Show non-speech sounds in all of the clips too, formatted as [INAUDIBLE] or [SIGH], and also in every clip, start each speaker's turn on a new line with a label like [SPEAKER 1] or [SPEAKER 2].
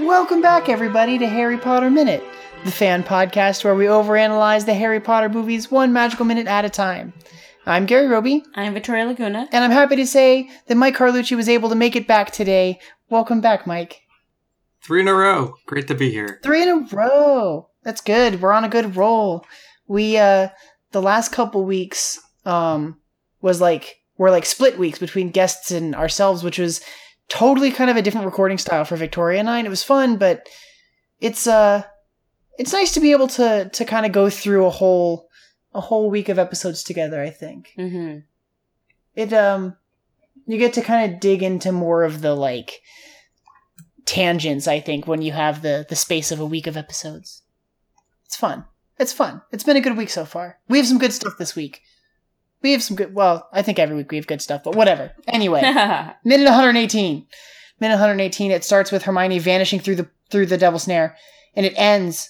[SPEAKER 1] Welcome back, everybody, to Harry Potter Minute, the fan podcast where we overanalyze the Harry Potter movies one magical minute at a time. I'm Gary Roby,
[SPEAKER 2] I'm Victoria Laguna.
[SPEAKER 1] and I'm happy to say that Mike Carlucci was able to make it back today. Welcome back, Mike.
[SPEAKER 3] Three in a row. Great to be here.
[SPEAKER 1] Three in a row. That's good. We're on a good roll. We uh the last couple weeks um was like we're like split weeks between guests and ourselves, which was totally kind of a different recording style for Victoria and I, and it was fun, but it's uh it's nice to be able to to kind of go through a whole a whole week of episodes together, I think
[SPEAKER 2] Mm-hmm.
[SPEAKER 1] it um you get to kind of dig into more of the like tangents i think when you have the the space of a week of episodes it's fun it's fun it's been a good week so far we have some good stuff this week we have some good well i think every week we have good stuff but whatever anyway [LAUGHS]
[SPEAKER 2] [LAUGHS]
[SPEAKER 1] minute 118 minute 118 it starts with hermione vanishing through the through the devil's snare and it ends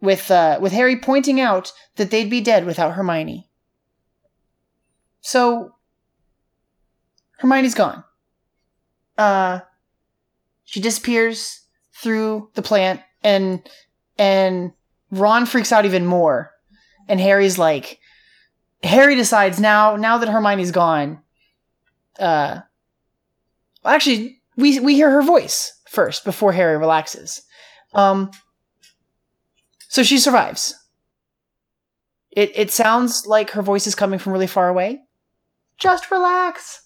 [SPEAKER 1] with uh with harry pointing out that they'd be dead without hermione so hermione's gone uh she disappears through the plant and and ron freaks out even more and harry's like harry decides now now that hermione's gone uh actually we we hear her voice first before Harry relaxes. Um so she survives. It it sounds like her voice is coming from really far away. Just relax.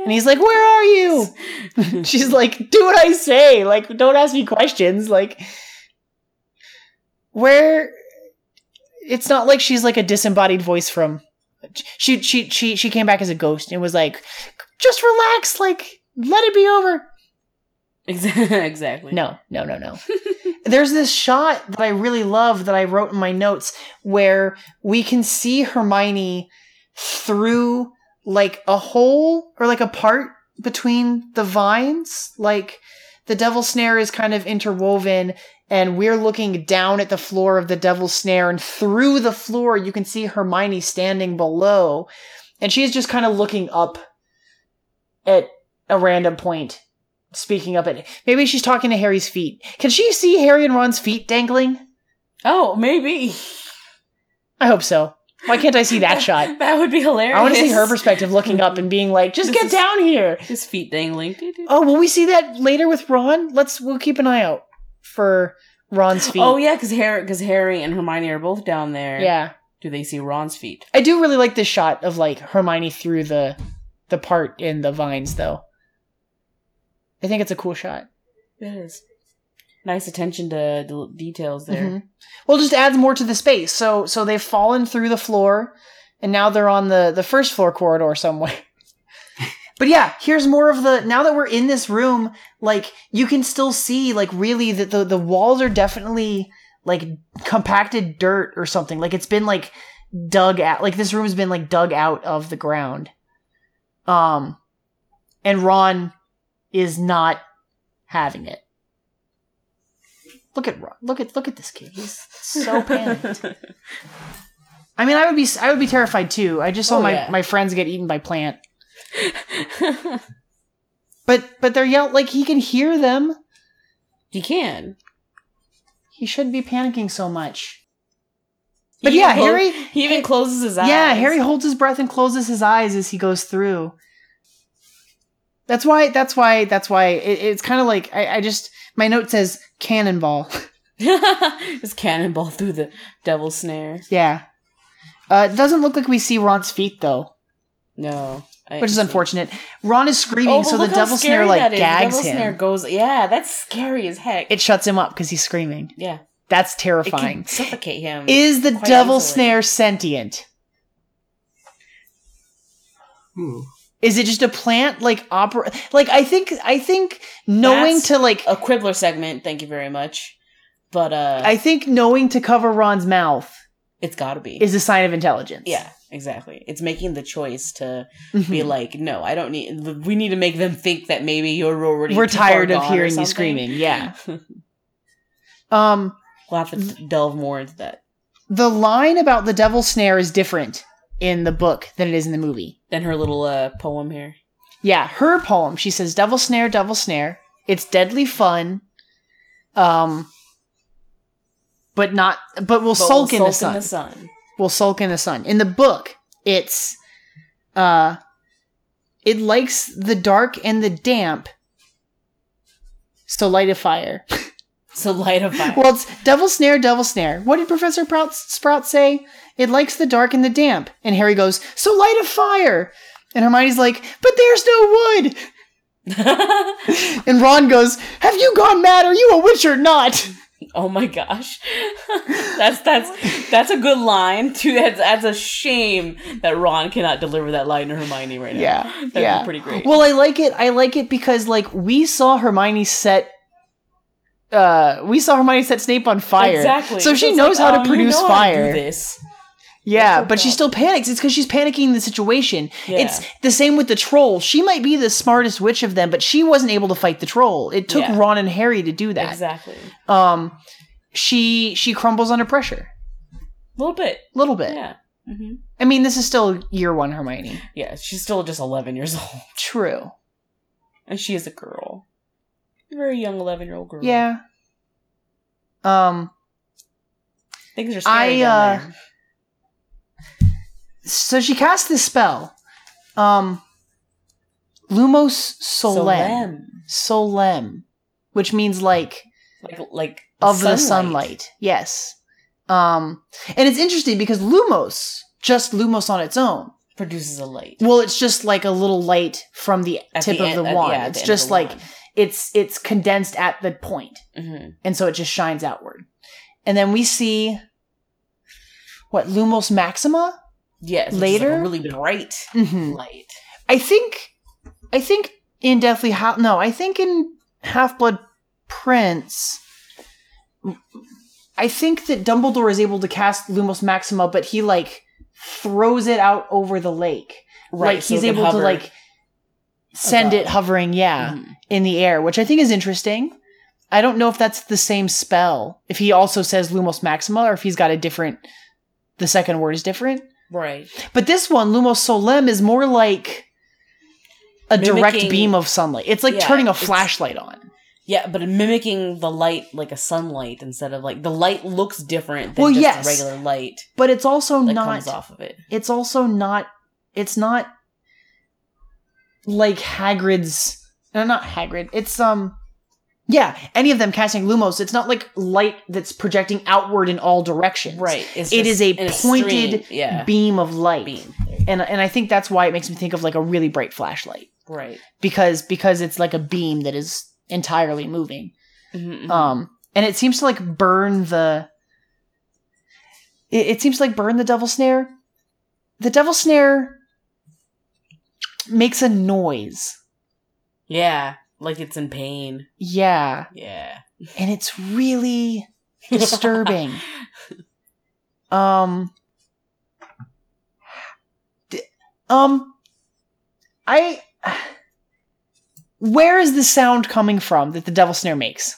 [SPEAKER 1] And he's like, "Where are you?"
[SPEAKER 2] [LAUGHS]
[SPEAKER 1] She's like, "Do what I say. Like don't ask me questions. Like where it's not like she's like a disembodied voice from she she she she came back as a ghost and was like, just relax, like let it be over.
[SPEAKER 2] [LAUGHS] exactly.
[SPEAKER 1] No, no, no, no. [LAUGHS] There's this shot that I really love that I wrote in my notes where we can see Hermione through like a hole or like a part between the vines. Like the devil's snare is kind of interwoven and we're looking down at the floor of the devil's snare and through the floor you can see Hermione standing below and she's just kind of looking up at a random point speaking up at maybe she's talking to harry's feet can she see harry and ron's feet dangling
[SPEAKER 2] Oh, maybe.
[SPEAKER 1] i hope so why can't i see
[SPEAKER 2] [LAUGHS]
[SPEAKER 1] that shot
[SPEAKER 2] That would be hilarious.
[SPEAKER 1] i want to see her perspective looking up and being like just
[SPEAKER 2] This
[SPEAKER 1] get
[SPEAKER 2] is-
[SPEAKER 1] down here
[SPEAKER 2] [LAUGHS] His feet dangling.
[SPEAKER 1] oh will we see that later with ron let's we'll keep an eye out for ron's feet
[SPEAKER 2] Oh yeah, because Harry, because Harry and Hermione are both down there.
[SPEAKER 1] yeah
[SPEAKER 2] Do they see Ron's feet?
[SPEAKER 1] i do really like this shot of like hermione through the the part in the vines though i think it's a cool shot
[SPEAKER 2] It is. Nice attention to d- details there.
[SPEAKER 1] Mhm. Well, it just adds more to the space. So so they've fallen through the floor, and now they're on the the first floor corridor somewhere. [LAUGHS] but yeah, here's more of the. Now that we're in this room, like you can still see, like really that the the walls are definitely like compacted dirt or something. Like it's been like dug out. Like this room has been like dug out of the ground. Um, and Ron is not having it. Look at Ron. Look at look at this kid. He's Mm-hmm.
[SPEAKER 2] [LAUGHS]
[SPEAKER 1] so panicked. I mean, I would be I would be terrified too. I just saw
[SPEAKER 2] Oh,
[SPEAKER 1] my
[SPEAKER 2] yeah.
[SPEAKER 1] my friends get eaten by plant. But but they're yell like he can hear them.
[SPEAKER 2] you can.
[SPEAKER 1] He shouldn't be panicking so much. But
[SPEAKER 2] He
[SPEAKER 1] yeah,
[SPEAKER 2] even clo-
[SPEAKER 1] Harry.
[SPEAKER 2] He even closes his eyes.
[SPEAKER 1] Yeah, Harry holds his breath and closes his eyes as he goes through. That's why. That's why. That's why. It, it's kind of like I, I just my note says cannonball.
[SPEAKER 2] [LAUGHS]
[SPEAKER 1] [LAUGHS]
[SPEAKER 2] Just cannonball through the devil's snare.
[SPEAKER 1] yeah. Uh, it doesn't look like we see Ron's feet though,
[SPEAKER 2] No, I-
[SPEAKER 1] which is unfortunate. Ron is screaming,
[SPEAKER 2] Oh, but
[SPEAKER 1] so the
[SPEAKER 2] look how
[SPEAKER 1] devil snare
[SPEAKER 2] scary
[SPEAKER 1] like
[SPEAKER 2] that is. The
[SPEAKER 1] gags
[SPEAKER 2] devil
[SPEAKER 1] him.
[SPEAKER 2] Snare goes, yeah, that's scary as heck.
[SPEAKER 1] It shuts him up because he's screaming.
[SPEAKER 2] yeah,
[SPEAKER 1] That's
[SPEAKER 2] it
[SPEAKER 1] terrifying.
[SPEAKER 2] can suffocate him.
[SPEAKER 1] Is the
[SPEAKER 2] quite
[SPEAKER 1] devil
[SPEAKER 2] easily.
[SPEAKER 1] snare sentient?
[SPEAKER 3] Ooh.
[SPEAKER 1] Is it just a plant like opera? Like I think I think knowing
[SPEAKER 2] That's-
[SPEAKER 1] to like
[SPEAKER 2] A Quibbler segment, thank you very much. But uh
[SPEAKER 1] I think knowing to cover Ron's mouth
[SPEAKER 2] it's gotta be.
[SPEAKER 1] is a sign of intelligence.
[SPEAKER 2] yeah, exactly. It's making the choice to
[SPEAKER 1] Mhm.
[SPEAKER 2] be like, no, I don't need. We need to make them think that maybe you're already.
[SPEAKER 1] we're
[SPEAKER 2] too
[SPEAKER 1] tired
[SPEAKER 2] far
[SPEAKER 1] of
[SPEAKER 2] gone or
[SPEAKER 1] hearing you
[SPEAKER 2] something.
[SPEAKER 1] screaming. Yeah. um,
[SPEAKER 2] We'll have to delve more into that.
[SPEAKER 1] the line about the devil's snare is different in the book than it is in the movie.
[SPEAKER 2] Then her little uh, poem here.
[SPEAKER 1] Yeah, her poem. She says, "Devil snare, devil snare. It's deadly fun." Um, but not. But we'll
[SPEAKER 2] But we'll
[SPEAKER 1] sulk in the
[SPEAKER 2] sulk
[SPEAKER 1] sun. will sulk in the sun. In the book, it's uh it likes the dark and the damp. So light a fire.
[SPEAKER 2] So light a fire.
[SPEAKER 1] Well, it's devil snare, devil snare. What did Professor Prout- Sprout say? It likes the dark and the damp. And Harry goes, "So light a fire." And Hermione's like, "But there's no wood."
[SPEAKER 2] [LAUGHS]
[SPEAKER 1] And Ron goes, "Have you gone mad? Are you a witch or not?"
[SPEAKER 2] oh my gosh, [LAUGHS] that's that's that's a good line too. That's, that's a shame that Ron cannot deliver that line to Hermione right now.
[SPEAKER 1] Yeah,
[SPEAKER 2] that'd
[SPEAKER 1] yeah.
[SPEAKER 2] be pretty great.
[SPEAKER 1] Well, I like it. I like it because like we saw Hermione set uh we saw Hermione set Snape on fire.
[SPEAKER 2] Exactly.
[SPEAKER 1] So she
[SPEAKER 2] it's
[SPEAKER 1] knows how to
[SPEAKER 2] um, you
[SPEAKER 1] produce
[SPEAKER 2] know how to do
[SPEAKER 1] fire.
[SPEAKER 2] this.
[SPEAKER 1] Yeah,
[SPEAKER 2] That's her
[SPEAKER 1] but she
[SPEAKER 2] job.
[SPEAKER 1] still panics. It's cuz she's panicking the situation.
[SPEAKER 2] Yeah.
[SPEAKER 1] It's the same with the troll. She might be the smartest witch of them, but she wasn't able to fight the troll. It took
[SPEAKER 2] Yeah.
[SPEAKER 1] Ron and Harry to do that.
[SPEAKER 2] exactly a
[SPEAKER 1] Um she she crumbles under pressure.
[SPEAKER 2] little bit.
[SPEAKER 1] A little bit.
[SPEAKER 2] Yeah. hmm
[SPEAKER 1] I mean, this is still year 1 Hermione.
[SPEAKER 2] Yeah, she's still just 11 years [LAUGHS] old.
[SPEAKER 1] True.
[SPEAKER 2] And she is a girl. A very young 11 year old girl.
[SPEAKER 1] Yeah. Um
[SPEAKER 2] Things are scary.
[SPEAKER 1] I,
[SPEAKER 2] I,
[SPEAKER 1] uh, so she casts this spell um lumos solem solem which means like
[SPEAKER 2] Like, like
[SPEAKER 1] of the sunlight yes um and it's interesting because lumos just lumos on its own
[SPEAKER 2] Produces a light.
[SPEAKER 1] well it's just like a little light from the
[SPEAKER 2] At
[SPEAKER 1] tip of
[SPEAKER 2] end-
[SPEAKER 1] the
[SPEAKER 2] at-
[SPEAKER 1] wand
[SPEAKER 2] yeah, at
[SPEAKER 1] it's
[SPEAKER 2] the end of
[SPEAKER 1] just
[SPEAKER 2] the
[SPEAKER 1] like
[SPEAKER 2] wand.
[SPEAKER 1] it's it's condensed at the point
[SPEAKER 2] Mhm.
[SPEAKER 1] and so it just shines outward and then we see what lumos maxima
[SPEAKER 2] Yes. which is, like, a
[SPEAKER 1] Later?
[SPEAKER 2] really bright
[SPEAKER 1] mm-hmm.
[SPEAKER 2] light.
[SPEAKER 1] I think, I think in Deathly Half, no, I think in Half Blood Prince, I think that Dumbledore is able to cast Lumos Maxima, but he like throws it out over the lake. like
[SPEAKER 2] so
[SPEAKER 1] he's
[SPEAKER 2] it can
[SPEAKER 1] able
[SPEAKER 2] hover.
[SPEAKER 1] to like send it
[SPEAKER 2] Above.
[SPEAKER 1] hovering, yeah,
[SPEAKER 2] Mhm.
[SPEAKER 1] in the air, which I think is interesting. I don't know if that's the same spell. If he also says Lumos Maxima, or if he's got a different, the second word is different.
[SPEAKER 2] Right.
[SPEAKER 1] But this one, Lumos Solem, is more like a direct
[SPEAKER 2] Mimicking-
[SPEAKER 1] beam of sunlight. It's like
[SPEAKER 2] Yeah,
[SPEAKER 1] turning a
[SPEAKER 2] it's-
[SPEAKER 1] flashlight on.
[SPEAKER 2] Yeah, but mimicking the light like a sunlight instead of like the light looks different than
[SPEAKER 1] Well,
[SPEAKER 2] just
[SPEAKER 1] yes.
[SPEAKER 2] regular light
[SPEAKER 1] But it's also
[SPEAKER 2] that
[SPEAKER 1] not.
[SPEAKER 2] comes off of it.
[SPEAKER 1] It's also not. It's not like Hagrid's. No, not Hagrid. It's um. Yeah, any of them casting Lumos, it's not like light that's projecting outward in all directions.
[SPEAKER 2] Right. It's
[SPEAKER 1] It is a
[SPEAKER 2] in
[SPEAKER 1] pointed
[SPEAKER 2] stream. yeah.
[SPEAKER 1] Beam of light.
[SPEAKER 2] beam.
[SPEAKER 1] And and I think that's why it makes me think of like a really bright flashlight
[SPEAKER 2] Right.
[SPEAKER 1] because because it's like a beam that is entirely moving.
[SPEAKER 2] Mhm.
[SPEAKER 1] um and it seems to like burn the it, it seems to like burn the devil snare the devil snare makes a noise
[SPEAKER 2] yeah, like it's in pain.
[SPEAKER 1] yeah
[SPEAKER 2] Yeah.
[SPEAKER 1] and it's really disturbing [LAUGHS] um d- um i where is the sound coming from that the devil snare makes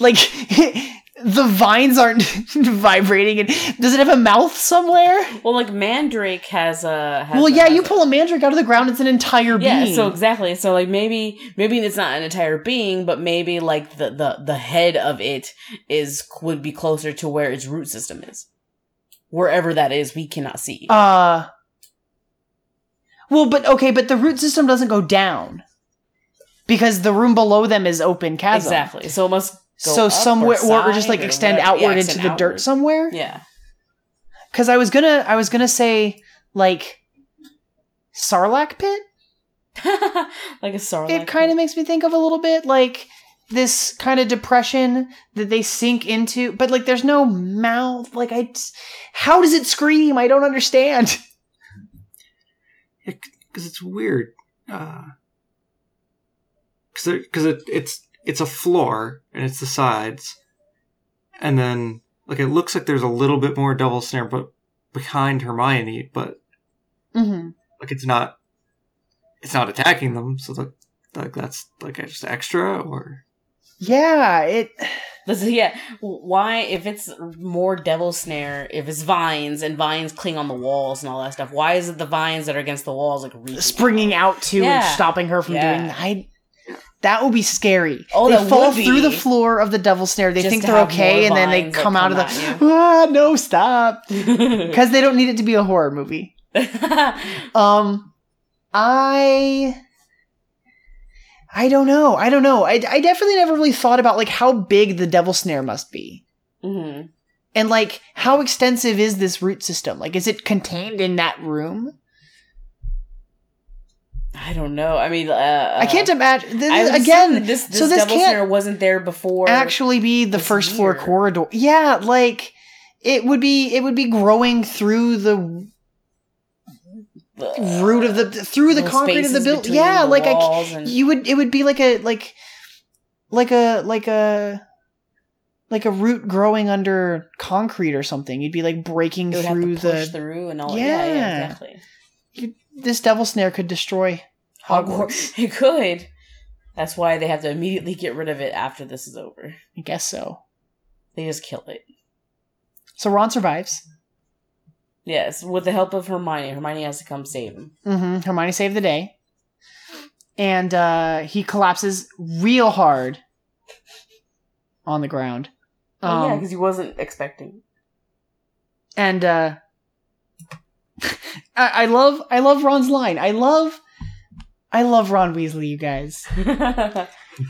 [SPEAKER 1] like [LAUGHS] the vines aren't [LAUGHS] vibrating and does it have a mouth somewhere
[SPEAKER 2] [LAUGHS] well, like Mandrake has a. Has
[SPEAKER 1] well
[SPEAKER 2] a-
[SPEAKER 1] yeah
[SPEAKER 2] has
[SPEAKER 1] you
[SPEAKER 2] a-
[SPEAKER 1] pull a mandrake out of the ground it's an entire
[SPEAKER 2] Yeah,
[SPEAKER 1] being
[SPEAKER 2] so exactly. So like maybe maybe it's not an entire being, but maybe like the the the head of it is would be closer to where its root system is. Wherever that is, we cannot see.
[SPEAKER 1] uh well but okay but the root system doesn't go down because the room below them is open chasm
[SPEAKER 2] exactly. So it must go
[SPEAKER 1] so
[SPEAKER 2] up or
[SPEAKER 1] somewhere or, or just like
[SPEAKER 2] side or
[SPEAKER 1] extend
[SPEAKER 2] whatever. Yeah,
[SPEAKER 1] outward into
[SPEAKER 2] extend
[SPEAKER 1] the dirt
[SPEAKER 2] outward.
[SPEAKER 1] somewhere
[SPEAKER 2] Yeah. [LAUGHS]
[SPEAKER 1] because i was gonna i was gonna say like sarlacc pit
[SPEAKER 2] like a sarlacc.
[SPEAKER 1] it kind of makes me think of a little bit like this kind of depression that they sink into but like there's no mouth like i how does it scream i don't understand
[SPEAKER 3] because it's weird. Because because it, it's it's a floor and it's the sides, and then like it looks like there's a little bit more double snare, but behind Hermione, but
[SPEAKER 1] Mm-hmm.
[SPEAKER 3] like it's not it's not attacking them. So like like that's like just extra or
[SPEAKER 1] Yeah, it.
[SPEAKER 2] This is- yeah. Why, if it's more devil snare, if it's vines and vines cling on the walls and all that stuff, why is it the vines that are against the walls like reaching?
[SPEAKER 1] springing out too and
[SPEAKER 2] Yeah.
[SPEAKER 1] stopping her from
[SPEAKER 2] Yeah.
[SPEAKER 1] doing that. I, that would be scary.
[SPEAKER 2] Oh,
[SPEAKER 1] they
[SPEAKER 2] that
[SPEAKER 1] fall
[SPEAKER 2] would be.
[SPEAKER 1] through the floor of the devil's snare. They
[SPEAKER 2] Just
[SPEAKER 1] think
[SPEAKER 2] to
[SPEAKER 1] they're
[SPEAKER 2] have
[SPEAKER 1] okay,
[SPEAKER 2] more
[SPEAKER 1] and then they
[SPEAKER 2] vines that
[SPEAKER 1] come out of
[SPEAKER 2] come
[SPEAKER 1] the. [LAUGHS]
[SPEAKER 2] at
[SPEAKER 1] Ah, no,
[SPEAKER 2] [LAUGHS]
[SPEAKER 1] stop!
[SPEAKER 2] out?
[SPEAKER 1] Because they don't need it to be a horror movie.
[SPEAKER 2] [LAUGHS]
[SPEAKER 1] Um, I. I don't know. I don't know. I, I definitely never really thought about like how big the devil snare must be.
[SPEAKER 2] Mhm.
[SPEAKER 1] And like how extensive is this root system? Like is it contained in that room?
[SPEAKER 2] I don't know. I mean, uh,
[SPEAKER 1] I can't imagine
[SPEAKER 2] I would
[SPEAKER 1] again.
[SPEAKER 2] assume this, this
[SPEAKER 1] so this
[SPEAKER 2] devil
[SPEAKER 1] can't-
[SPEAKER 2] snare wasn't there before.
[SPEAKER 1] actually be the
[SPEAKER 2] It's
[SPEAKER 1] first floor
[SPEAKER 2] weird.
[SPEAKER 1] corridor. Yeah, like it would be it would be growing through the root of the through the
[SPEAKER 2] Little
[SPEAKER 1] concrete of the
[SPEAKER 2] uh, spaces
[SPEAKER 1] building.
[SPEAKER 2] between
[SPEAKER 1] Yeah,
[SPEAKER 2] the
[SPEAKER 1] like I
[SPEAKER 2] walls and-
[SPEAKER 1] you would it would be like a like like a like a like a root growing under concrete or something. You'd be like breaking
[SPEAKER 2] it would have to
[SPEAKER 1] through
[SPEAKER 2] push
[SPEAKER 1] the
[SPEAKER 2] through and all. Yeah, yeah,
[SPEAKER 1] Yeah.
[SPEAKER 2] exactly.
[SPEAKER 1] this devil snare could destroy Hogwarts.
[SPEAKER 2] Hogwarts. [LAUGHS] It could. That's why they have to immediately get rid of it after this is over.
[SPEAKER 1] I guess so.
[SPEAKER 2] They just kill it.
[SPEAKER 1] So Ron survives.
[SPEAKER 2] Yes, with the help of Hermione. Hermione has to come save him.
[SPEAKER 1] hmm Hermione saved the day. And uh, he collapses real hard on the ground.
[SPEAKER 2] Oh yeah,
[SPEAKER 1] Um,
[SPEAKER 2] because he wasn't expecting. [LAUGHS]
[SPEAKER 1] and uh, [LAUGHS] I-, I love I love Ron's line. I love I love Ron Weasley, you guys.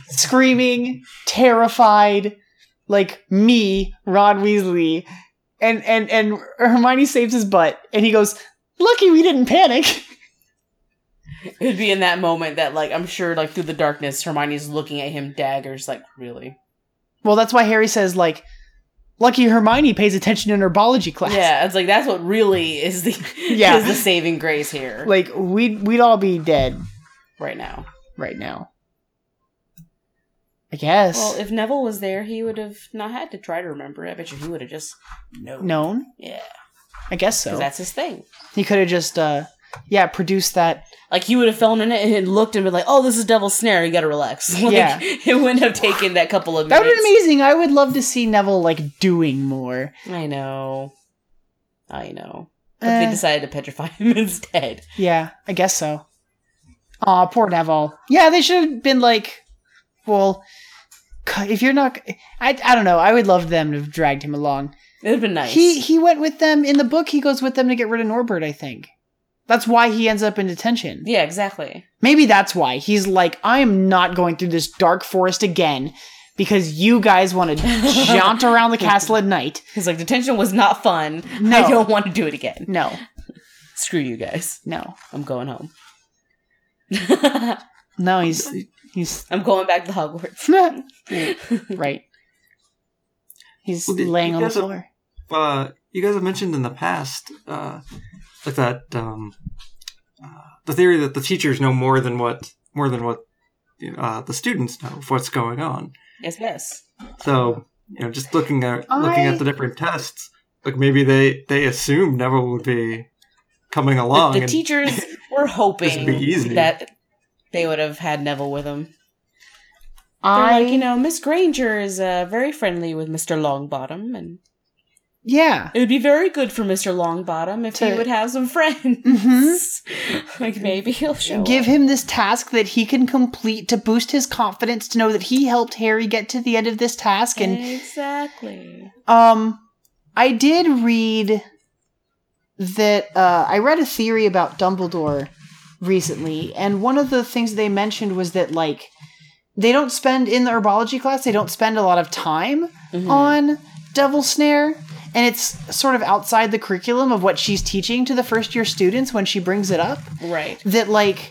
[SPEAKER 1] Screaming, terrified, like me, Ron Weasley. And and and Hermione saves his butt and he goes, Lucky we didn't panic.
[SPEAKER 2] It'd be in that moment that, like, I'm sure, like through the darkness, Hermione's looking at him, daggers, like, really.
[SPEAKER 1] Well, that's why Harry says like, "Lucky Hermione pays attention in herbology class."
[SPEAKER 2] Yeah, it's like that's what really is the
[SPEAKER 1] [LAUGHS] Yeah.
[SPEAKER 2] is the saving grace here
[SPEAKER 1] [LAUGHS] like we'd we'd all be dead
[SPEAKER 2] right now.
[SPEAKER 1] right now. I guess
[SPEAKER 2] Well, if Neville was there, he would have not had to try to remember. it. I bet you he would have just known.
[SPEAKER 1] known.
[SPEAKER 2] Yeah,
[SPEAKER 1] I guess
[SPEAKER 2] because
[SPEAKER 1] so.
[SPEAKER 2] that's his thing.
[SPEAKER 1] He could have just, uh yeah, produced that.
[SPEAKER 2] Like he would have fallen in it and looked and been like, "Oh, this is Devil's Snare. You got to relax." [LAUGHS] Like,
[SPEAKER 1] Yeah.
[SPEAKER 2] it wouldn't have taken that couple of
[SPEAKER 1] That
[SPEAKER 2] minutes.
[SPEAKER 1] would have been amazing. I would love to see Neville like doing more.
[SPEAKER 2] I know, I know. But
[SPEAKER 1] Eh,
[SPEAKER 2] they decided to petrify [LAUGHS] him instead.
[SPEAKER 1] yeah, I guess so. Aw, poor Neville. Yeah, they should have been like, well, c- if you're not, I I don't know. I would love them to have dragged him along.
[SPEAKER 2] It would have been nice.
[SPEAKER 1] He he went with them in the book. He goes with them to get rid of Norbert. I think that's why he ends up in detention.
[SPEAKER 2] yeah, exactly.
[SPEAKER 1] Maybe that's why he's like, I am not going through this dark forest again because you guys
[SPEAKER 2] [LAUGHS]
[SPEAKER 1] want to jaunt around the castle at night.
[SPEAKER 2] He's like, detention was not fun.
[SPEAKER 1] No.
[SPEAKER 2] I don't want to do it again.
[SPEAKER 1] No,
[SPEAKER 2] Screw you guys.
[SPEAKER 1] no,
[SPEAKER 2] I'm going home. [LAUGHS]
[SPEAKER 1] no. He's
[SPEAKER 2] [LAUGHS]
[SPEAKER 1] he's
[SPEAKER 2] I'm going back to Hogwarts.
[SPEAKER 1] right. He's
[SPEAKER 3] Well, did-
[SPEAKER 1] laying on the
[SPEAKER 3] that's a-
[SPEAKER 1] floor.
[SPEAKER 3] uh, you guys have mentioned in the past, uh, like that um, uh, the theory that the teachers know more than what more than what you know, uh, the students know of what's going on.
[SPEAKER 2] Yes, yes.
[SPEAKER 3] So you know, just looking at looking
[SPEAKER 1] I-
[SPEAKER 3] at the different tests, like maybe they they assume Neville would be coming
[SPEAKER 2] The,
[SPEAKER 3] along.
[SPEAKER 2] the
[SPEAKER 3] Oh, and- [LAUGHS]
[SPEAKER 2] teachers were hoping
[SPEAKER 3] be easy.
[SPEAKER 2] that they would have had Neville with them. They're
[SPEAKER 1] I
[SPEAKER 2] like, you know, Miss Granger is uh, very friendly with Mr. Longbottom, and
[SPEAKER 1] yeah.
[SPEAKER 2] it would be very good for Mr. Longbottom if
[SPEAKER 1] To-
[SPEAKER 2] he would have some friends. [LAUGHS]
[SPEAKER 1] Mhm.
[SPEAKER 2] like maybe he'll show.
[SPEAKER 1] Give
[SPEAKER 2] up.
[SPEAKER 1] him this task that he can complete to boost his confidence to know that he helped Harry get to the end of this task and
[SPEAKER 2] exactly.
[SPEAKER 1] Um, I did read that uh, I read a theory about Dumbledore recently, and one of the things they mentioned was that like they don't spend in the herbology class they don't spend a lot of time
[SPEAKER 2] Mm-hmm.
[SPEAKER 1] on Devil Snare, and it's sort of outside the curriculum of what she's teaching to the first year students when she brings it up.
[SPEAKER 2] Right.
[SPEAKER 1] That like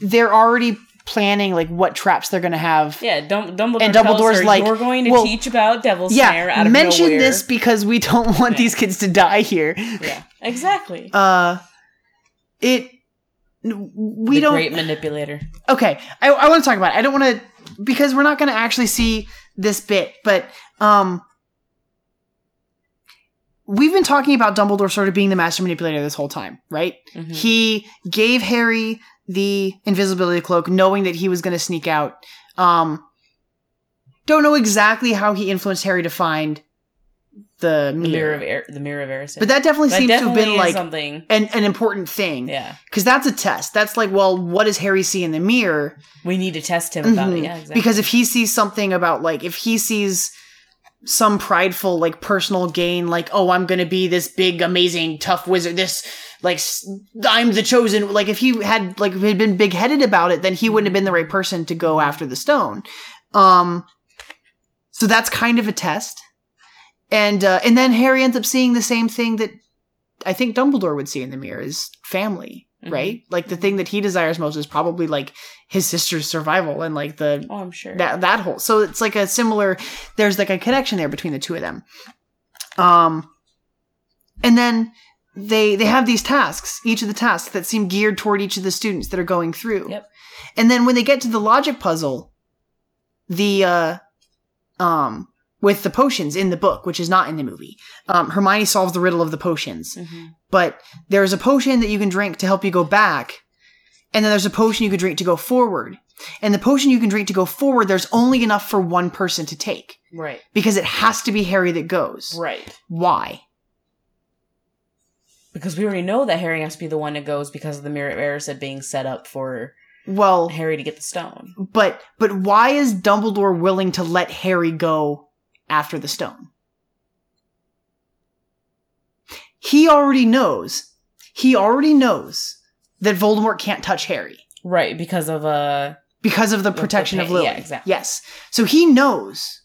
[SPEAKER 1] they're already planning like what traps they're gonna have
[SPEAKER 2] Yeah, Dum- Dumbledore.
[SPEAKER 1] And
[SPEAKER 2] tells
[SPEAKER 1] Dumbledore's
[SPEAKER 2] her,
[SPEAKER 1] like,
[SPEAKER 2] "You're going to
[SPEAKER 1] well,
[SPEAKER 2] teach about Devil's Snare out of
[SPEAKER 1] mention
[SPEAKER 2] nowhere."
[SPEAKER 1] this because we don't want these kids to die here.
[SPEAKER 2] Yeah, exactly.
[SPEAKER 1] Uh, it n- we
[SPEAKER 2] the
[SPEAKER 1] don't
[SPEAKER 2] great manipulator.
[SPEAKER 1] okay i, I want to talk about it i don't want to because we're not going to actually see this bit but um we've been talking about dumbledore sort of being the master manipulator this whole time right
[SPEAKER 2] Mhm.
[SPEAKER 1] he gave harry the invisibility cloak knowing that he was going to sneak out um don't know exactly how he influenced harry to find the
[SPEAKER 2] the
[SPEAKER 1] mirror,
[SPEAKER 2] mirror of air, the mirror of Erised.
[SPEAKER 1] but that definitely
[SPEAKER 2] That
[SPEAKER 1] seems to
[SPEAKER 2] definitely
[SPEAKER 1] have been
[SPEAKER 2] is
[SPEAKER 1] like
[SPEAKER 2] something.
[SPEAKER 1] an, an important thing
[SPEAKER 2] Yeah,
[SPEAKER 1] because that's a test that's like well what does harry see in the mirror
[SPEAKER 2] we need to test him about
[SPEAKER 1] Mhm.
[SPEAKER 2] it. Yeah, exactly.
[SPEAKER 1] because if he sees something about like if he sees some prideful like personal gain like oh i'm gonna be this big amazing tough wizard this like s- i'm the chosen like if he had like had been big headed about it then he wouldn't have been the right person to go after the stone um so that's kind of a test and uh, and then harry ends up seeing the same thing that i think dumbledore would see in the mirror is family
[SPEAKER 2] Mhm.
[SPEAKER 1] right like the thing that he desires most is probably like his sister's survival and like the
[SPEAKER 2] oh, I'm sure.
[SPEAKER 1] that that whole so it's like a similar there's like a connection there between the two of them um and then they they have these tasks each of the tasks that seem geared toward each of the students that are going through
[SPEAKER 2] Yep.
[SPEAKER 1] and then when they get to the logic puzzle the uh um with the potions in the book which is not in the movie um hermione solves the riddle of the potions
[SPEAKER 2] Mhm.
[SPEAKER 1] but there's a potion that you can drink to help you go back and then there's a potion you can drink to go forward and the potion you can drink to go forward there's only enough for one person to take
[SPEAKER 2] Right,
[SPEAKER 1] because it has to be harry that goes
[SPEAKER 2] right.
[SPEAKER 1] why
[SPEAKER 2] Because we already know that Harry has to be the one that goes because of the mirror of Erised being set up for
[SPEAKER 1] well
[SPEAKER 2] Harry to get the stone.
[SPEAKER 1] but but why is dumbledore willing to let harry go after the stone he already knows he already knows that voldemort can't touch harry
[SPEAKER 2] Right, because of uh,
[SPEAKER 1] because of the
[SPEAKER 2] the
[SPEAKER 1] protection of
[SPEAKER 2] pa-
[SPEAKER 1] Lily.
[SPEAKER 2] yeah, exactly.
[SPEAKER 1] Yes. So he knows.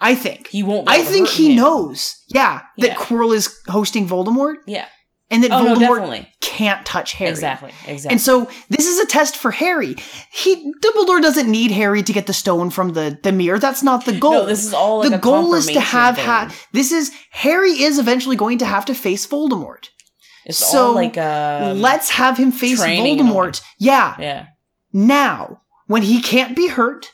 [SPEAKER 1] I think.
[SPEAKER 2] he won't. let
[SPEAKER 1] I
[SPEAKER 2] it
[SPEAKER 1] think
[SPEAKER 2] hurt
[SPEAKER 1] he
[SPEAKER 2] him.
[SPEAKER 1] knows. Yeah, that
[SPEAKER 2] Yeah.
[SPEAKER 1] Quirrell is hosting Voldemort
[SPEAKER 2] Yeah.
[SPEAKER 1] and that
[SPEAKER 2] Oh no,
[SPEAKER 1] Voldemort
[SPEAKER 2] definitely.
[SPEAKER 1] can't touch Harry.
[SPEAKER 2] Exactly. Exactly.
[SPEAKER 1] And so this is a test for Harry. He Dumbledore doesn't need Harry to get the stone from the the mirror. That's not the goal.
[SPEAKER 2] [LAUGHS] No, this is all like
[SPEAKER 1] the
[SPEAKER 2] a
[SPEAKER 1] goal is to
[SPEAKER 2] confirmation
[SPEAKER 1] have
[SPEAKER 2] thing.
[SPEAKER 1] ha- this is Harry is eventually going to have to face Voldemort.
[SPEAKER 2] It's
[SPEAKER 1] so
[SPEAKER 2] all like a
[SPEAKER 1] Let's have him face
[SPEAKER 2] Um, training and all
[SPEAKER 1] Voldemort. Yeah,
[SPEAKER 2] yeah.
[SPEAKER 1] now when he can't be hurt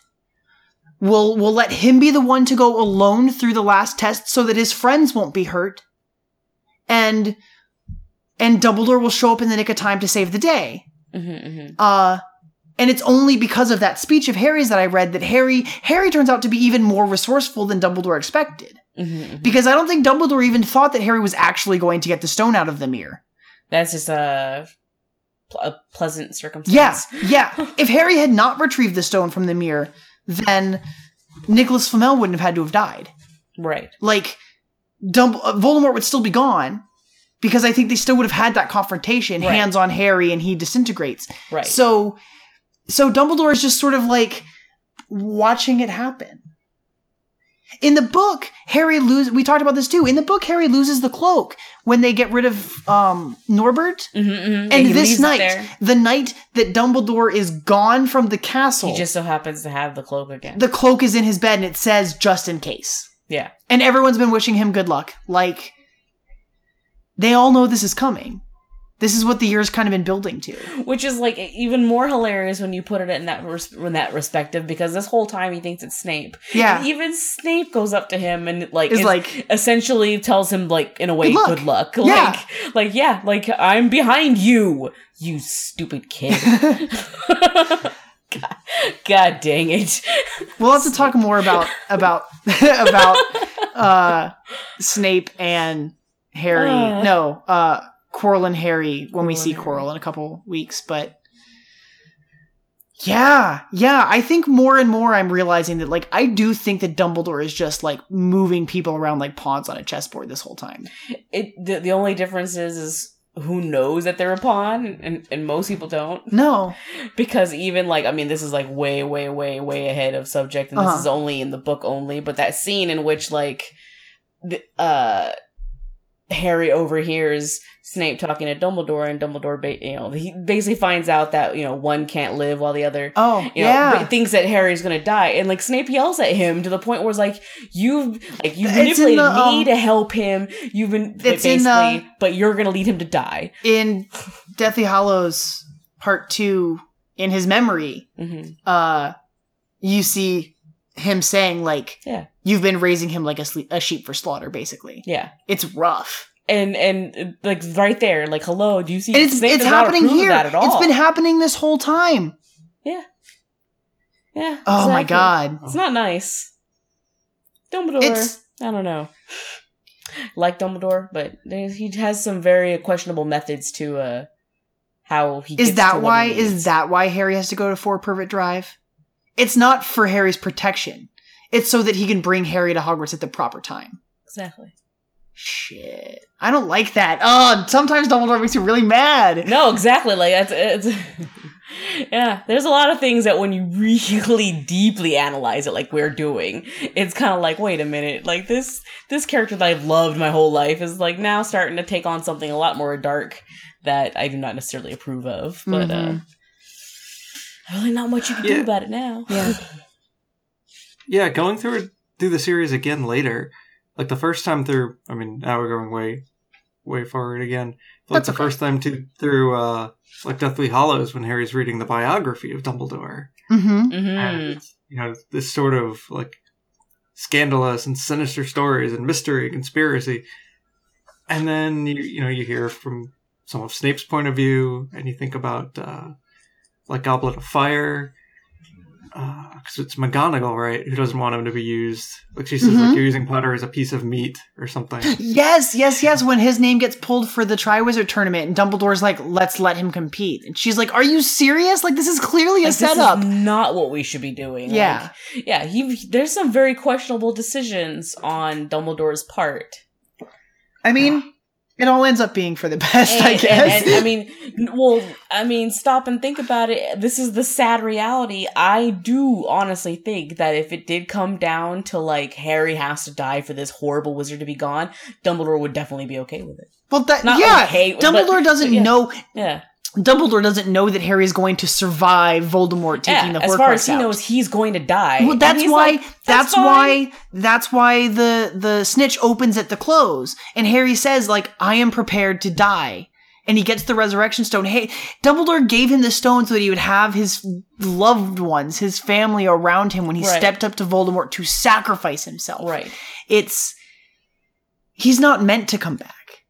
[SPEAKER 1] we'll we'll let him be the one to go alone through the last test so that his friends won't be hurt and and Dumbledore will show up in the nick of time to save the day
[SPEAKER 2] Mm-hmm, hmm
[SPEAKER 1] uh and it's only because of that speech of Harry's that I read that Harry Harry turns out to be even more resourceful than Dumbledore expected
[SPEAKER 2] hmm
[SPEAKER 1] because I don't think Dumbledore even thought that Harry was actually going to get the stone out of the mirror
[SPEAKER 2] That's just a, pl- a pleasant
[SPEAKER 1] Yeah,
[SPEAKER 2] circumstance.
[SPEAKER 1] yeah. if Harry had not retrieved the stone from the mirror, then Nicholas Flamel wouldn't have had to have died.
[SPEAKER 2] Right.
[SPEAKER 1] Like, Dumb- uh, Voldemort would still be gone because I think they still would have had that confrontation,
[SPEAKER 2] Right.
[SPEAKER 1] hands on Harry, and he disintegrates.
[SPEAKER 2] Right.
[SPEAKER 1] So, so Dumbledore is just sort of like watching it happen. In the book, Harry loses. We talked about this too. In the book, Harry loses the cloak when they get rid of um, Norbert.
[SPEAKER 2] hmm And,
[SPEAKER 1] And
[SPEAKER 2] he
[SPEAKER 1] this
[SPEAKER 2] leaves it
[SPEAKER 1] night,
[SPEAKER 2] there.
[SPEAKER 1] the night that Dumbledore is gone from the castle,
[SPEAKER 2] he just so happens to have the cloak again.
[SPEAKER 1] oh. the cloak is in his bed and it says just in case.
[SPEAKER 2] yeah.
[SPEAKER 1] And everyone's been wishing him good luck. Like, they all know this is coming. This is what the year's kind of been building to.
[SPEAKER 2] Which is like e-, even more hilarious when you put it in that res- in that perspective because this whole time he thinks it's Snape.
[SPEAKER 1] Yeah.
[SPEAKER 2] And even Snape goes up to him and like
[SPEAKER 1] It's
[SPEAKER 2] is- [LAUGHS]
[SPEAKER 1] like,
[SPEAKER 2] essentially tells him like in a way
[SPEAKER 1] Good
[SPEAKER 2] good
[SPEAKER 1] luck.
[SPEAKER 2] luck,
[SPEAKER 1] Yeah.
[SPEAKER 2] like like yeah like i'm behind you you stupid kid [LAUGHS] god, god dang it
[SPEAKER 1] we'll have to talk more about, about, [LAUGHS] about, uh, Snape and Harry.
[SPEAKER 2] Uh.
[SPEAKER 1] no, uh, Quirrell and Harry when we
[SPEAKER 2] Quirrell
[SPEAKER 1] see
[SPEAKER 2] and Harry.
[SPEAKER 1] Quirrell in a couple weeks, but yeah, yeah. I think more and more I'm realizing that like I do think that Dumbledore is just like moving people around like pawns on a chessboard this whole time.
[SPEAKER 2] it the, the only difference is is who knows that they're a pawn and, and most people don't
[SPEAKER 1] No.
[SPEAKER 2] because even like i mean this is like way way way way ahead of subject and
[SPEAKER 1] Uh-huh.
[SPEAKER 2] this is only in the book only but that scene in which like the, uh harry overhears snape talking to dumbledore and dumbledore ba- you know he basically finds out that you know one can't live while the other
[SPEAKER 1] Oh,
[SPEAKER 2] you know,
[SPEAKER 1] yeah.
[SPEAKER 2] ba- thinks that Harry's gonna die, and like Snape yells at him to the point where it's like you've like you
[SPEAKER 1] It's in
[SPEAKER 2] manipulated
[SPEAKER 1] the,
[SPEAKER 2] me
[SPEAKER 1] um,
[SPEAKER 2] to help him. You've been
[SPEAKER 1] It's
[SPEAKER 2] basically,
[SPEAKER 1] in the-
[SPEAKER 2] but you're gonna lead him to die.
[SPEAKER 1] in Deathly Hollows, part two in his memory,
[SPEAKER 2] hmm
[SPEAKER 1] uh, you see him saying like,
[SPEAKER 2] Yeah.
[SPEAKER 1] you've been raising him like a, sle- a sheep for slaughter." Basically,
[SPEAKER 2] Yeah.
[SPEAKER 1] it's rough.
[SPEAKER 2] And and uh, like right there, like hello, do you see?
[SPEAKER 1] And it's
[SPEAKER 2] Snape
[SPEAKER 1] it's
[SPEAKER 2] does not
[SPEAKER 1] happening
[SPEAKER 2] approve of
[SPEAKER 1] here.
[SPEAKER 2] That at all.
[SPEAKER 1] It's been happening this whole time.
[SPEAKER 2] yeah.
[SPEAKER 1] Oh my
[SPEAKER 2] exactly.
[SPEAKER 1] god.
[SPEAKER 2] It's not nice. Dumbledore.
[SPEAKER 1] It's-
[SPEAKER 2] I don't know. Like Dumbledore, but there's- he has some very questionable methods to uh how he
[SPEAKER 1] Is
[SPEAKER 2] gets to
[SPEAKER 1] that
[SPEAKER 2] what
[SPEAKER 1] why
[SPEAKER 2] he needs.
[SPEAKER 1] is that why Harry has to go to Four Privet Drive? It's not for Harry's protection. It's so that he can bring Harry to Hogwarts at the proper time.
[SPEAKER 2] exactly
[SPEAKER 1] Shit. I don't like that. Oh, sometimes Dumbledore makes me really mad.
[SPEAKER 2] no exactly like that's it's [LAUGHS] yeah there's a lot of things that when you really deeply analyze it like we're doing it's kind of like wait a minute like this this character that I've loved my whole life is like now starting to take on something a lot more dark that I do not necessarily approve of but
[SPEAKER 1] Mhm.
[SPEAKER 2] uh really not much you can
[SPEAKER 3] Yeah.
[SPEAKER 2] do about it now
[SPEAKER 1] Mm-hmm. Yeah.
[SPEAKER 3] Yeah, going through it through the series again later, like the first time through. I mean, now we're going way, way forward again. But like
[SPEAKER 1] That's
[SPEAKER 3] the
[SPEAKER 1] okay.
[SPEAKER 3] first time to through, uh, like Deathly Hollows when Harry's reading the biography of Dumbledore.
[SPEAKER 1] [LAUGHS] Mm-hmm.
[SPEAKER 2] hmm
[SPEAKER 3] and you know this sort of like scandalous and sinister stories and mystery and conspiracy and then you, you know you hear from some of snape's point of view and you think about uh, like goblet of fire because it's McGonagall, right? Who doesn't want him to be used? Like she says,
[SPEAKER 1] Mhm.
[SPEAKER 3] like you're using Potter as a piece of meat or something.
[SPEAKER 1] [LAUGHS] Yes, yes, yes. When his name gets pulled for the Triwizard tournament, and Dumbledore's like, "Let's let him compete," and she's like, "Are you serious? Like this is clearly a
[SPEAKER 2] Like, this is
[SPEAKER 1] setup."
[SPEAKER 2] not what we should be doing.
[SPEAKER 1] Yeah.
[SPEAKER 2] Like, yeah. He there's some very questionable decisions on Dumbledore's part.
[SPEAKER 1] I mean, it all ends up being for the [LAUGHS] best, I
[SPEAKER 2] And-
[SPEAKER 1] guess.
[SPEAKER 2] and- and, I mean, n- well, I mean, stop and think about it. This is the sad reality. I do honestly think that if it did come down to like Harry has to die for this horrible wizard to be gone, Dumbledore would definitely be okay with it.
[SPEAKER 1] well, that
[SPEAKER 2] Not
[SPEAKER 1] yeah.
[SPEAKER 2] okay, but-
[SPEAKER 1] Dumbledore doesn't
[SPEAKER 2] [LAUGHS] yeah.
[SPEAKER 1] know.
[SPEAKER 2] Yeah.
[SPEAKER 1] Dumbledore doesn't know that Harry is going to survive Voldemort taking
[SPEAKER 2] yeah.
[SPEAKER 1] the Horcrux
[SPEAKER 2] As far as he
[SPEAKER 1] out.
[SPEAKER 2] knows, he's going to die.
[SPEAKER 1] Well,
[SPEAKER 2] And
[SPEAKER 1] that's
[SPEAKER 2] he's
[SPEAKER 1] why.
[SPEAKER 2] like,
[SPEAKER 1] that's
[SPEAKER 2] fine."
[SPEAKER 1] why. That's why the the snitch opens at the close, and Harry says, "Like I am prepared to die," and he gets the resurrection stone. Hey, Dumbledore gave him the stone so that he would have his loved ones, his family around him when he
[SPEAKER 2] Right.
[SPEAKER 1] stepped up to Voldemort to sacrifice himself.
[SPEAKER 2] Right.
[SPEAKER 1] It's he's not meant to come back,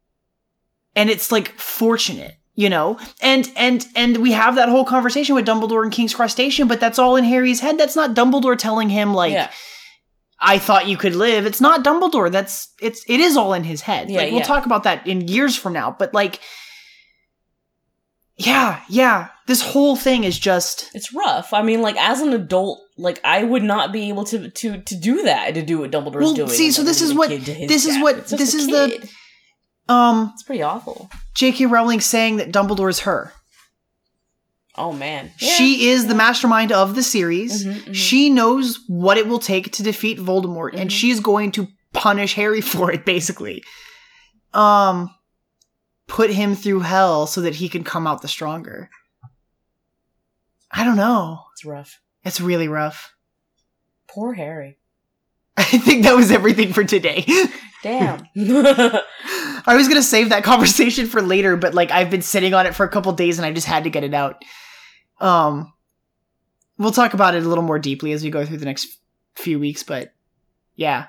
[SPEAKER 1] and it's like fortunate. You know, and and and we have that whole conversation with Dumbledore and King's Cross Station, but that's all in Harry's head. That's not Dumbledore telling him like,
[SPEAKER 2] yeah.
[SPEAKER 1] I thought you could live. It's not Dumbledore. That's it's it is all in his head.
[SPEAKER 2] Yeah,
[SPEAKER 1] like we'll
[SPEAKER 2] yeah.
[SPEAKER 1] talk about that in years from now, but like yeah, yeah. This whole thing is just
[SPEAKER 2] it's rough. I mean, like as an adult, like I would not be able to to to do that to do what Dumbledore's
[SPEAKER 1] Well,
[SPEAKER 2] doing.
[SPEAKER 1] see, so
[SPEAKER 2] like,
[SPEAKER 1] this is
[SPEAKER 2] leave a
[SPEAKER 1] what-
[SPEAKER 2] kid to his
[SPEAKER 1] this is
[SPEAKER 2] death.
[SPEAKER 1] what-
[SPEAKER 2] It's just
[SPEAKER 1] this
[SPEAKER 2] a
[SPEAKER 1] is the-
[SPEAKER 2] kid.
[SPEAKER 1] um
[SPEAKER 2] It's pretty awful.
[SPEAKER 1] J.K. Rowling saying that Dumbledore's her.
[SPEAKER 2] Oh man,
[SPEAKER 1] She is the mastermind of the
[SPEAKER 2] Yeah.
[SPEAKER 1] series.
[SPEAKER 2] Mhm, mhm.
[SPEAKER 1] She knows what it will take to defeat Voldemort, and
[SPEAKER 2] Mhm.
[SPEAKER 1] she's going to punish Harry [LAUGHS] for it, basically. Um, put him through hell so that he can come out the stronger. I don't know.
[SPEAKER 2] It's rough.
[SPEAKER 1] It's really rough. [LAUGHS]
[SPEAKER 2] Poor Harry.
[SPEAKER 1] I think that was everything for today. [LAUGHS]
[SPEAKER 2] [LAUGHS] Damn. yeah.
[SPEAKER 1] I was gonna save that [LAUGHS] conversation for later, but like I've been sitting on it for a couple days and I just had to get it out. Um, we'll talk about it a little more deeply as we go through the next few weeks, but yeah,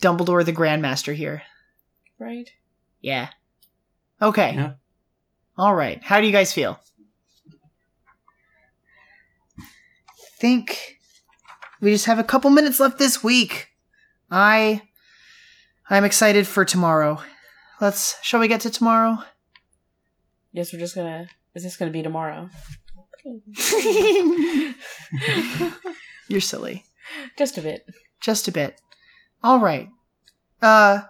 [SPEAKER 1] Dumbledore the Grandmaster here.
[SPEAKER 2] Right.
[SPEAKER 1] Yeah. Okay.
[SPEAKER 3] Yeah.
[SPEAKER 1] All right. How do you guys feel? think we just have a couple minutes left this week. I I'm excited for tomorrow. Let's shall we get to tomorrow?
[SPEAKER 2] Guess we're just gonna. Is this gonna be tomorrow? [LAUGHS]
[SPEAKER 1] You're silly.
[SPEAKER 2] just a bit.
[SPEAKER 1] Just a bit. All right. Uh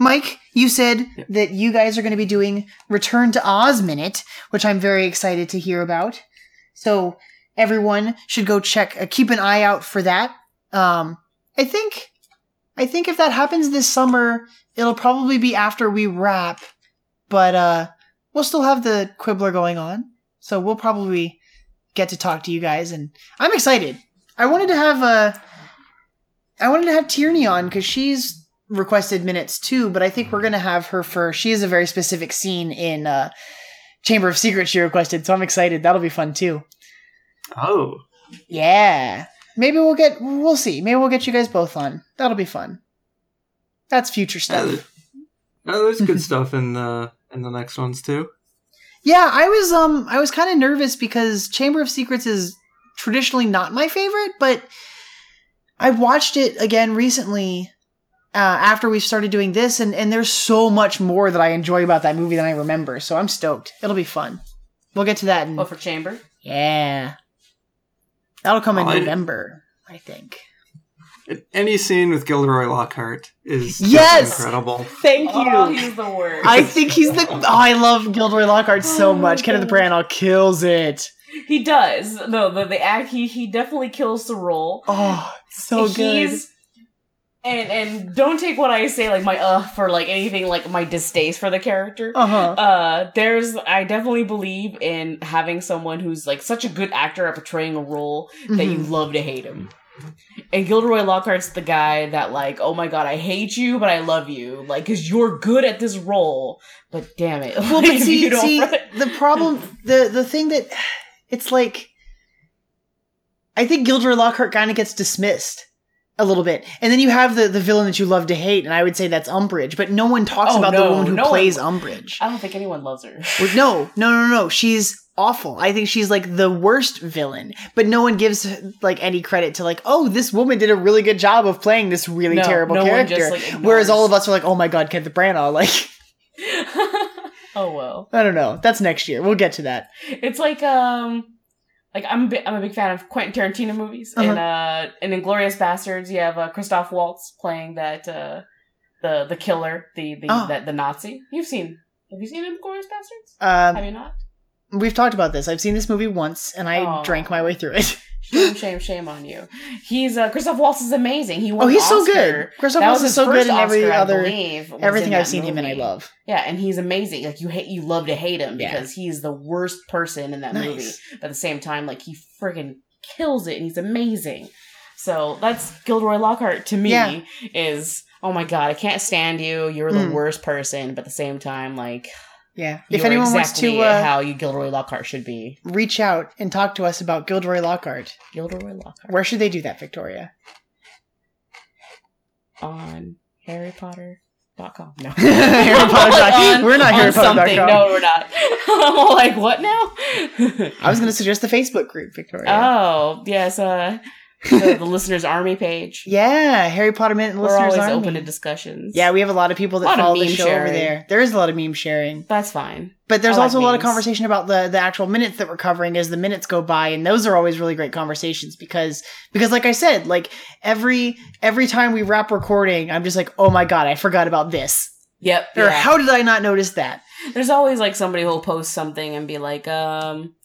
[SPEAKER 1] Mike, you said
[SPEAKER 3] Yeah.
[SPEAKER 1] that you guys are going to be doing Return to Oz Minute, which I'm very excited to hear about. So everyone should go check, uh, keep an eye out for that. Um, I think, I think if that happens this summer, it'll probably be after we wrap, but uh, we'll still have the Quibbler going on, so we'll probably get to talk to you guys. And I'm excited. I wanted to have uh, I wanted to have Tierney on because she's requested minutes too, but I think we're gonna have her for. She has a very specific scene in uh, Chamber of Secrets she requested, so I'm excited. That'll be fun too.
[SPEAKER 3] Oh,
[SPEAKER 1] Yeah. Maybe we'll get we'll see. Maybe we'll get you guys both on. That'll be fun. That's future
[SPEAKER 3] yeah,
[SPEAKER 1] stuff.
[SPEAKER 3] there- oh, there's
[SPEAKER 1] [LAUGHS]
[SPEAKER 3] good stuff in the in the next ones too.
[SPEAKER 1] Yeah, I was um I was kind of nervous because Chamber of Secrets is traditionally not my favorite, but I watched it again recently uh, after we started doing this, and and there's so much more that I enjoy about that movie than I remember. So I'm stoked. It'll be fun. We'll get to that in
[SPEAKER 2] Oh, for Chamber?
[SPEAKER 1] yeah. That'll come in
[SPEAKER 3] Oh, I-
[SPEAKER 1] November, I think.
[SPEAKER 3] Any scene with Gilderoy Lockhart is just
[SPEAKER 1] Yes!
[SPEAKER 3] incredible.
[SPEAKER 1] Thank
[SPEAKER 2] Oh, he's the worst.
[SPEAKER 1] I think he's the. Oh, I love Gilderoy Lockhart so
[SPEAKER 2] Oh.
[SPEAKER 1] much. Kenneth Branagh kills it.
[SPEAKER 2] [LAUGHS] he does. No, the, the act, he, he definitely kills the role.
[SPEAKER 1] Oh, so good.
[SPEAKER 2] and and don't take what I say like my uh for like anything like my distaste for the character.
[SPEAKER 1] Uh huh.
[SPEAKER 2] Uh there's I definitely believe in having someone who's like such a good actor at portraying a role that
[SPEAKER 1] Mm-hmm.
[SPEAKER 2] you love to hate him. And Gilderoy Lockhart's the guy that like, oh my god, I hate you, but I love you, like, cause you're good at this role. But damn it,
[SPEAKER 1] well,
[SPEAKER 2] like,
[SPEAKER 1] but
[SPEAKER 2] [LAUGHS] if
[SPEAKER 1] see,
[SPEAKER 2] you don't
[SPEAKER 1] see,
[SPEAKER 2] re-
[SPEAKER 1] the problem, the the thing that it's like, I think Gilderoy Lockhart kind of gets dismissed a little bit, and then you have the the villain that you love to hate, and I would say that's Umbridge, but no one talks
[SPEAKER 2] Oh,
[SPEAKER 1] about the
[SPEAKER 2] no,
[SPEAKER 1] woman who
[SPEAKER 2] no one-
[SPEAKER 1] plays Umbridge.
[SPEAKER 2] I don't think anyone loves her.
[SPEAKER 1] Well, no, no, no, no. She's awful. I think she's like the worst villain, but no one gives like any credit to like, oh, this woman did a really good job of playing this really
[SPEAKER 2] No,
[SPEAKER 1] terrible
[SPEAKER 2] no one
[SPEAKER 1] character.
[SPEAKER 2] just, like, ignores.
[SPEAKER 1] Whereas all of us are like, oh my god, Kenneth Branagh. Like, [LAUGHS]
[SPEAKER 2] [LAUGHS] oh well.
[SPEAKER 1] I don't know. That's next year. We'll get to that.
[SPEAKER 2] It's like um like I'm a bi- I'm a big fan of Quentin Tarantino movies
[SPEAKER 1] Uh-huh.
[SPEAKER 2] and uh and Inglorious Bastards you have uh, Christoph Waltz playing that uh the the killer the the
[SPEAKER 1] Oh.
[SPEAKER 2] that, the Nazi. You've seen have you seen Inglorious Bastards?
[SPEAKER 1] Um,
[SPEAKER 2] have you not?
[SPEAKER 1] we've talked about this. I've seen this movie once, and I
[SPEAKER 2] Oh.
[SPEAKER 1] drank my way through it.
[SPEAKER 2] Shame shame shame on you. He's uh Christoph Waltz is amazing. He won
[SPEAKER 1] oh, he's
[SPEAKER 2] an
[SPEAKER 1] so
[SPEAKER 2] Oscar.
[SPEAKER 1] good. Christoph
[SPEAKER 2] That
[SPEAKER 1] Waltz
[SPEAKER 2] was
[SPEAKER 1] is
[SPEAKER 2] his
[SPEAKER 1] so
[SPEAKER 2] first
[SPEAKER 1] good in every
[SPEAKER 2] Oscar, I
[SPEAKER 1] other
[SPEAKER 2] believe, was in
[SPEAKER 1] everything
[SPEAKER 2] that
[SPEAKER 1] I've seen him in. I
[SPEAKER 2] movie.
[SPEAKER 1] love.
[SPEAKER 2] Yeah, and he's amazing. Like you hate, you love to hate him
[SPEAKER 1] Yeah.
[SPEAKER 2] because he's the worst person in that
[SPEAKER 1] Nice.
[SPEAKER 2] movie. But at the same time, like he freaking kills it, and he's amazing. So that's Gilderoy Lockhart to me.
[SPEAKER 1] Yeah.
[SPEAKER 2] Is oh my god, I can't stand you. You're the
[SPEAKER 1] Mm.
[SPEAKER 2] worst person. But at the same time, like
[SPEAKER 1] Yeah.
[SPEAKER 2] you're
[SPEAKER 1] If anyone
[SPEAKER 2] exactly
[SPEAKER 1] wants to uh,
[SPEAKER 2] how you Gilderoy Lockhart should be.
[SPEAKER 1] reach out and talk to us about Gilderoy Lockhart,
[SPEAKER 2] Gilderoy Lockhart
[SPEAKER 1] where should they do that,
[SPEAKER 2] [LAUGHS]
[SPEAKER 1] Victoria? [LAUGHS]
[SPEAKER 2] on Harry Potter. Dot com.
[SPEAKER 1] [LAUGHS]
[SPEAKER 2] No.
[SPEAKER 1] HarryPotter.com. We're not
[SPEAKER 2] on
[SPEAKER 1] HarryPotter.com.
[SPEAKER 2] something. No, we're not. [LAUGHS] I'm like, what now?
[SPEAKER 1] I was going to suggest the Facebook group, Victoria.
[SPEAKER 2] [LAUGHS] Oh, yes. Uh, the, the listeners' army page.
[SPEAKER 1] yeah, Harry Potter Minute and
[SPEAKER 2] We're
[SPEAKER 1] Listeners
[SPEAKER 2] always
[SPEAKER 1] Army.
[SPEAKER 2] open to discussions.
[SPEAKER 1] yeah, we have a lot of people that
[SPEAKER 2] Lot of
[SPEAKER 1] follow the
[SPEAKER 2] meme
[SPEAKER 1] show over
[SPEAKER 2] sharing.
[SPEAKER 1] there. There is a lot of meme sharing,
[SPEAKER 2] that's fine.
[SPEAKER 1] but there's
[SPEAKER 2] I like
[SPEAKER 1] also a lot of
[SPEAKER 2] memes.
[SPEAKER 1] conversation about the the actual minutes that we're covering as the minutes go by, and those are always really great conversations because because like I said, like every every time we wrap recording, I'm just like, oh my god, I forgot about this,
[SPEAKER 2] Yep.
[SPEAKER 1] or
[SPEAKER 2] yeah.
[SPEAKER 1] how did I not notice that?
[SPEAKER 2] There's always like somebody who'll post something and be like, um,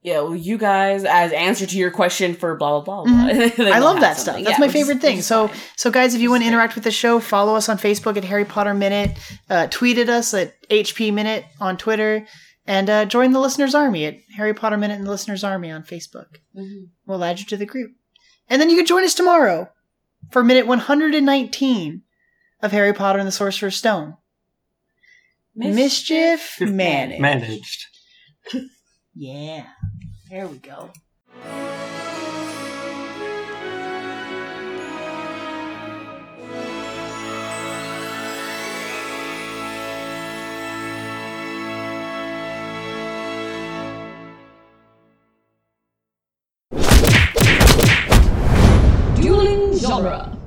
[SPEAKER 2] yeah, well, you guys, as answer to your question for blah blah blah. blah. [LAUGHS] They
[SPEAKER 1] Mm-hmm. I
[SPEAKER 2] will
[SPEAKER 1] love
[SPEAKER 2] have
[SPEAKER 1] that stuff.
[SPEAKER 2] something.
[SPEAKER 1] That's
[SPEAKER 2] Yeah,
[SPEAKER 1] my
[SPEAKER 2] which is-
[SPEAKER 1] favorite
[SPEAKER 2] which
[SPEAKER 1] thing.
[SPEAKER 2] is
[SPEAKER 1] So,
[SPEAKER 2] fine.
[SPEAKER 1] so guys, if you
[SPEAKER 2] Which
[SPEAKER 1] want
[SPEAKER 2] is
[SPEAKER 1] to interact with the show, follow us on Facebook at Harry Potter Minute, uh, tweet at us at HP Minute on Twitter, and uh, join the Listeners Army at Harry Potter Minute and Listeners Army on Facebook.
[SPEAKER 2] Mhm.
[SPEAKER 1] We'll add you to the group, and then you can join us tomorrow for minute 119 of Harry Potter and the Sorcerer's Stone. Mischief managed.
[SPEAKER 3] Managed.
[SPEAKER 1] Yeah, there we go.
[SPEAKER 4] Dueling genre.